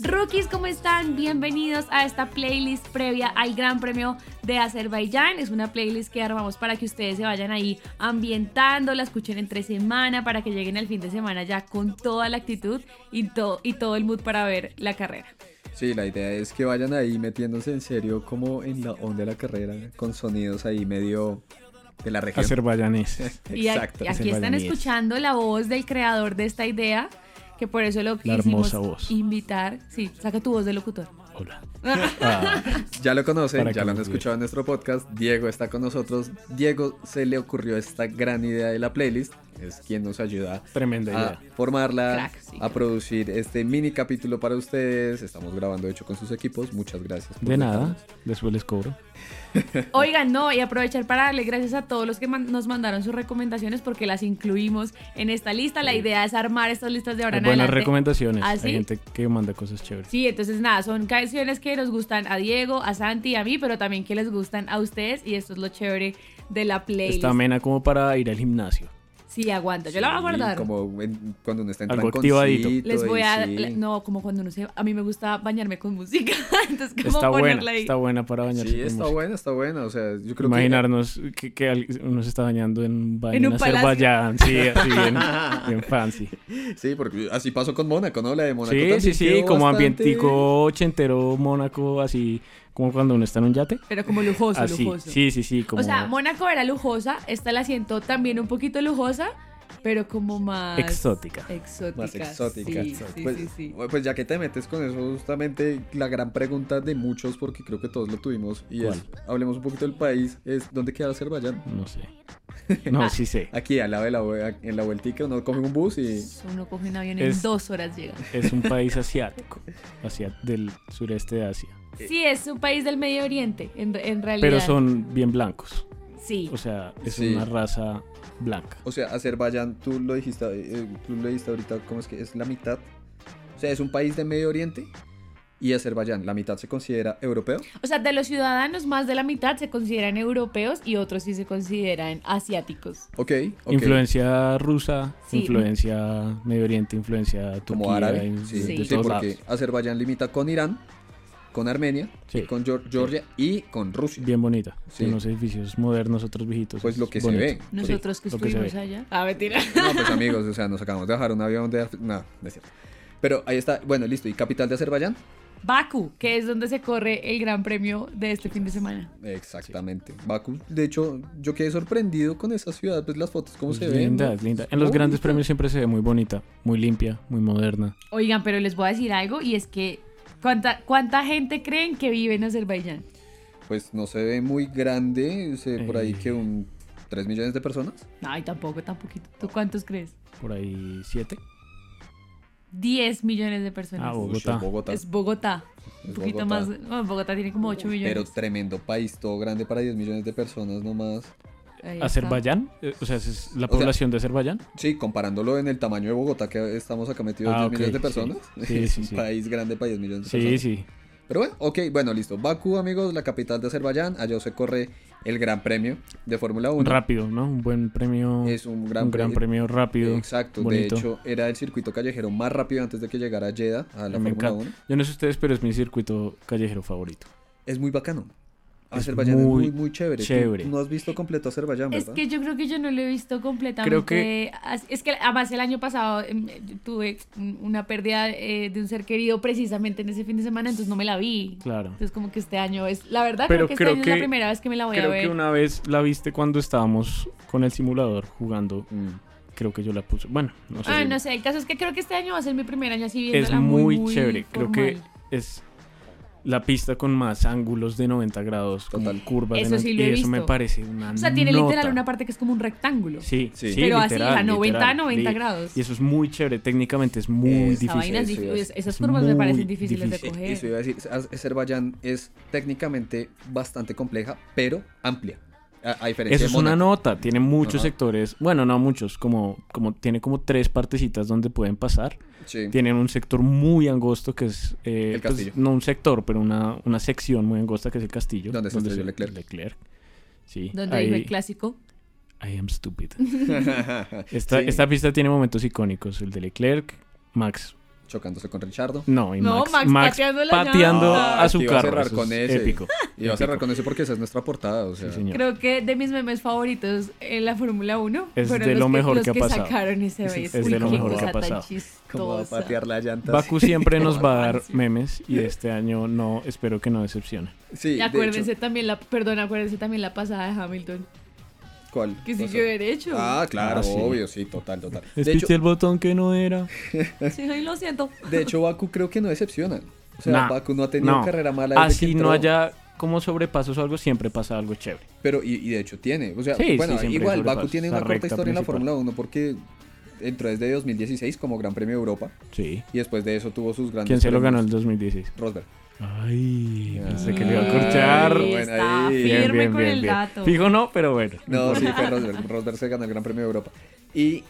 Rookies, ¿cómo están? Bienvenidos a esta playlist previa al Gran Premio de Azerbaiyán. Es una playlist que armamos para que ustedes se vayan ahí ambientando, la escuchen entre semana, para que lleguen al fin de semana ya con toda la actitud y, to y todo el mood para ver la carrera. Sí, la idea es que vayan ahí metiéndose en serio como en la onda de la carrera, con sonidos ahí medio de la región. Azerbaiyanes. Y a- Exacto. y aquí están Azerbaiyáníes. escuchando la voz del creador de esta idea, que por eso lo La quisimos hermosa voz. invitar. Sí, saca tu voz de locutor. Hola. Ah, Ya lo conocen, Para ya que lo han nos vean. escuchado en nuestro podcast. Diego está con nosotros. Diego se le ocurrió esta gran idea de la playlist. Es quien nos ayuda Tremenda a idea. formarla, Crack, sí, a crack. producir este mini capítulo para ustedes. Estamos grabando, de hecho, con sus equipos. Muchas gracias. por De nada, dejarnos. después les cobro. Oigan, no, y aprovechar para darle gracias a todos los que man- nos mandaron sus recomendaciones porque las incluimos en esta lista. La idea es armar estas listas de ahora Hay en buenas adelante. recomendaciones. ¿Ah, Hay sí? gente que manda cosas chéveres. Sí, entonces nada, son canciones que nos gustan a Diego, a Santi, a mí, pero también que les gustan a ustedes y esto es lo chévere de la playlist. Está amena como para ir al gimnasio. Sí, aguanta, yo la voy a Sí, guardar. Como en- cuando uno está en Algo tranconcito activadito. Les y voy a... sí. la- No, como cuando no sé, a mí me gusta bañarme con música, entonces como Está ponerla buena, ahí. está buena para bañarse. Sí, con está música. buena, está buena. O sea, yo creo Imaginarnos que, que al- uno se está bañando en un baño En en, un palacio. Azerbaiyán. Sí, así bien, bien fancy. que. Sí, porque así pasó con Mónaco, ¿no? La de Mónaco. Sí, también sí, sí, quedó como bastante- ambientico ochentero, Mónaco, así como cuando uno está en un yate. Pero como lujoso, Así, lujoso. Ah, sí, sí, sí, como O sea, Mónaco era lujosa, esta la siento también un poquito lujosa, pero como más... exótica. Exótica. más exótica. Sí, sí, pues, sí, sí. pues ya que te metes con eso, justamente la gran pregunta de muchos, porque creo que todos lo tuvimos, y es, hablemos un poquito del país, es ¿dónde queda Azerbaiyán? No sé. No, sí sé. Aquí, al lado de la, vue- en la vueltica, uno coge un bus y... Uno coge un avión en Es- dos horas llega. Es un país asiático, hacia del sureste de Asia. Eh, Sí, es un país del Medio Oriente, en, en realidad. Pero son bien blancos. Sí. O sea, es Sí. una raza blanca. O sea, Azerbaiyán, tú lo dijiste, eh, tú lo dijiste ahorita, ¿cómo es que es la mitad? O sea, es un país de Medio Oriente y Azerbaiyán, la mitad se considera europeo. O sea, de los ciudadanos, más de la mitad se consideran europeos y otros sí se consideran asiáticos. Ok, ok. Influencia rusa, Sí. influencia Medio Oriente, influencia turquía. Como árabe. en- Sí, de sí, todos porque lados. Azerbaiyán limita con Irán, con Armenia, Sí. y con Geor- Georgia y con Rusia. Bien bonita. Sí. Tiene unos edificios modernos, otros viejitos. Pues lo que es se bonito. ve. Nosotros que lo que se estuvimos ve. allá. Ah, mentira. No, pues amigos, o sea, nos acabamos de bajar un avión de... Af- No, no es cierto. Pero ahí está, bueno, listo. ¿Y capital de Azerbaiyán? Baku, que es donde se corre el gran premio de este fin de semana. Exactamente. Bakú, de hecho, yo quedé sorprendido con esa ciudad, pues las fotos, cómo Es se ven. linda, ¿no? es linda. En los grandes Bonita. premios siempre se ve muy bonita, muy limpia, muy moderna. Oigan, pero les voy a decir algo y es que ¿cuánta, cuánta gente creen que vive en Azerbaiyán? Pues no se ve muy grande, se ve por ahí Eh. que un... 3 millones de personas. Ay, tampoco, tampoco. ¿Tú cuántos crees? Por ahí siete. 10 millones de personas. Ah, Uy, Bogotá. es Bogotá. Es Bogotá. Es Un poquito Bogotá. más. bueno, Bogotá tiene como 8 Pero millones. tremendo país, todo grande para 10 millones de personas nomás. Ahí está. Azerbaiyán, eh, o sea, esa es la sea, población de Azerbaiyán. Sí, comparándolo en el tamaño de Bogotá, que estamos acá metidos Ah, 10 millones de ok, personas. sí. Sí, es sí, un sí. país grande para 10 millones de Sí, personas. sí. Pero bueno, ok, bueno, listo. Bakú, amigos, la capital de Azerbaiyán. Allá se corre el Gran Premio de Fórmula 1. Rápido, ¿no? Un buen premio. Es un gran, un gran premio rápido. Exacto, bonito. de hecho, era el circuito callejero más rápido antes de que llegara Jeddah a la Me Fórmula encanta. 1. Yo no sé ustedes, pero es mi circuito callejero favorito. Es muy bacano. Es Azerbaiyán muy es muy, muy chévere. Tú chévere. no has visto completo Azerbaiyán, Es ¿verdad? que yo creo que yo no lo he visto completamente. Creo que- as- Es que además el año pasado em, yo tuve un- una pérdida eh, de un ser querido precisamente en ese fin de semana, entonces no me la vi. Claro. Entonces como que este año es... La verdad Pero creo que este creo año es la que- primera vez que me la voy a Creo ver. que una vez la viste cuando estábamos con el simulador jugando. Mm. Creo que yo la puse. Bueno, no sé. Ah, si- no sé, el caso es que creo que este año va a ser mi primer año así Pues es viéndola muy, muy, muy chévere. Creo que formal. es la pista con más ángulos de 90 grados, con Total. curvas. de Eso 90 sí lo he y eso me visto. parece una O sea, tiene literal nota. una parte que es como un rectángulo. Sí, Sí. sí, Pero así, literal, a 90, literal. 90 Y- grados. Y eso es muy chévere, técnicamente es muy Esa Esa vaina es difícil. eso difí- es- esas es curvas me muy parecen difíciles difícil. de Eso coger. iba a decir, Az- Azerbaiyán es técnicamente bastante compleja, pero amplia. A, a diferencia Eso de es una Mónaco. nota, tiene muchos Ajá. sectores, bueno, no muchos, como, como tiene como tres partecitas donde pueden pasar. Sí. Tienen un sector muy angosto que es, eh, El pues, castillo. no un sector, pero una, una sección muy angosta que es el castillo. Donde se estrelló Leclerc. Sí, Donde ahí- dijo el clásico. I am stupid. Esta, Sí. esta pista tiene momentos icónicos, el de Leclerc, Max chocándose con Richardo. No, y No, Max, Max Max pateando pateando, la llanta. a su Ay, Ah, que iba a carro. cerrar eso con es ese. Épico. Y va a cerrar épico. con eso porque esa es nuestra portada, o sea. Sí, señor. Creo que de mis memes favoritos en la Fórmula 1 Es fueron de los lo que, mejor los que ha pasado. sacaron ese Sí, vez. es Uy, de lo qué mejor que cosa ha tan pasado. ¿Cómo va a chistosa. patear la llanta? Baku siempre nos va a dar Sí. memes y este año no, espero que no decepcione. Sí, Y de acuérdense también la, perdón, acuérdense también la pasada de Hamilton, hecho. ¿Cuál? que O sea, siguió derecho. Ah, claro, Ah, sí. obvio, sí, total, total. De hecho, Despiste el botón que no era. Sí, ay, lo siento. de hecho, Baku creo que no decepciona. O sea, Nah, Baku no ha tenido no. carrera mala. desde que Así entró. no haya como sobrepasos o algo, siempre pasa algo chévere. Pero, y, y de hecho tiene. O sea, Sí, sí, bueno, siempre igual, sobrepasos, Baku tiene esa una corta recta historia en la principal. Fórmula 1 porque entró desde 2016 como Gran Premio de Europa Sí. y después de eso tuvo sus grandes. ¿Quién se lo ganó premios. el 2016? Rosberg. Ay, pensé que le iba va a corchar. Ay, Bueno, está ahí. firme Bien, con el dato. Fijo no, pero bueno. No, sí, fue Rosberg. Rosberg se ganó el Gran Premio de Europa. Y,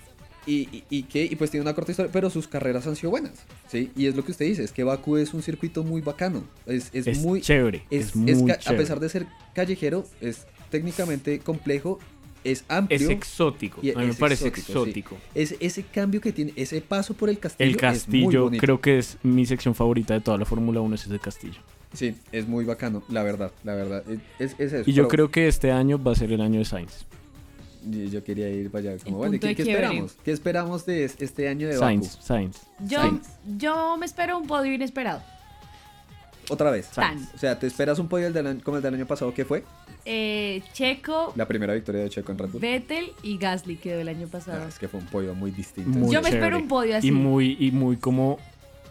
y, y, y que, y pues tiene una corta historia, pero sus carreras han sido buenas. ¿sí? Y es lo que usted dice, es que Baku es un circuito muy bacano. Es, es Es muy... chévere. Es, es- es muy ca- chévere. A pesar de ser callejero, es técnicamente complejo, es Es amplio. exótico. y A mí me es parece exótico, sí. exótico. Es- ese cambio que tiene, ese paso por el castillo. El es muy castillo, bonito. creo que es mi sección favorita de toda la Fórmula 1, es ese castillo. Sí, es muy bacano, la verdad, la verdad. Es, es eso. Y yo Pues, pero- creo que este año va a ser el año de Sainz. Yo, yo quería ir para allá. Como, El bueno, ¿y punto ¿qué, de qué quiebre. esperamos? ¿Qué esperamos de es- este año de Sainz, Sainz. Yo, Sainz. yo me espero un podio inesperado. Baku? Otra vez. Sainz. O sea, ¿te esperas un podio del del año- como el del año pasado? ¿Qué fue? Eh, Checo, La primera victoria de Checo en Red Bull. Vettel y Gasly quedó el año Ah, pasado. es que fue un podio muy distinto. Muy Yo me chévere. espero un podio así. Y muy, y muy como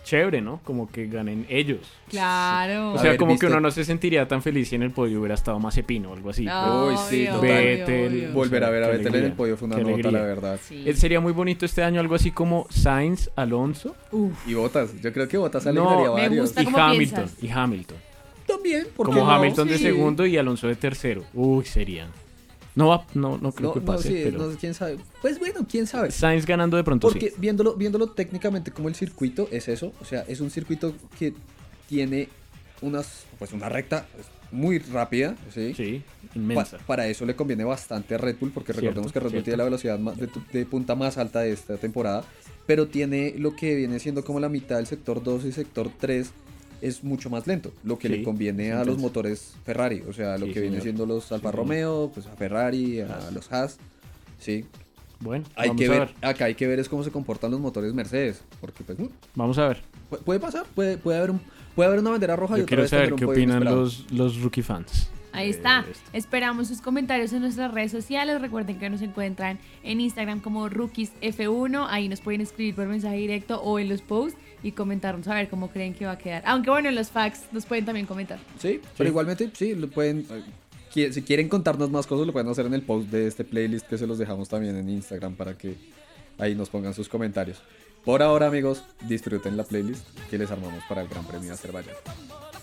chévere, ¿no? Como que ganen ellos. Claro. O A sea, ver, como ¿viste? que uno no se sentiría tan feliz si en el podio hubiera estado más o algo así. Ah, Uy, sí, obvio, total. obvio, Vettel, obvio. Volver a ver a Qué Vettel en el alegría, podio fue una qué nota, alegría. la verdad. Sí. Eh, Sería muy bonito este año algo así como Sainz, Alonso Uf, Y Botas, yo creo que Botas No, alegraría a me varios. gusta. y ¿cómo Hamilton. piensas? Y Hamilton. También, ¿por qué Como no? Hamilton de Sí. segundo y Alonso de tercero. Uy, sería. No, va, no, no creo No, que no, pase, sí, pero... no, quién sabe. Pues bueno, quién sabe. Sainz ganando de pronto, Porque sí. viéndolo, viéndolo técnicamente como el circuito es eso, o sea, es un circuito que tiene unas, pues una recta pues, muy rápida, ¿sí? Sí, Pa- inmensa. para eso le conviene bastante a Red Bull, porque Cierto, recordemos que Red Bull cierto. tiene la velocidad más- de, tu- de punta más alta de esta temporada, pero tiene lo que viene siendo como la mitad del sector 2 y sector 3 es mucho más lento, lo que Sí, le conviene es a los intenso. motores Ferrari, o sea, lo Sí, que viene señor. siendo los Alfa señor. Romeo, pues a Ferrari, a Haas. los Haas, sí, Bueno, hay vamos que a ver, ver. acá hay que ver es cómo se comportan los motores Mercedes, porque pues mm, Vamos a ver. pu- puede pasar, puede, puede haber un puede haber una bandera roja y Yo otra quiero vez saber tener un qué podio opinan inesperado. los, los rookie fans. ahí de este está. eh, esto. Esperamos sus comentarios en nuestras redes sociales. Recuerden que nos encuentran en Instagram como RookiesF1. Ahí nos pueden escribir por mensaje directo o en los posts y comentarnos a ver cómo creen que va a quedar. Aunque bueno, en los facts nos pueden también comentar. Sí, pero igualmente sí lo pueden eh, qui- si quieren contarnos más cosas lo pueden hacer en el post de este playlist que se los dejamos también en Instagram para que ahí nos pongan sus comentarios. Por ahora, amigos, disfruten la playlist que les armamos para el Gran Premio de Azerbaiyán. One more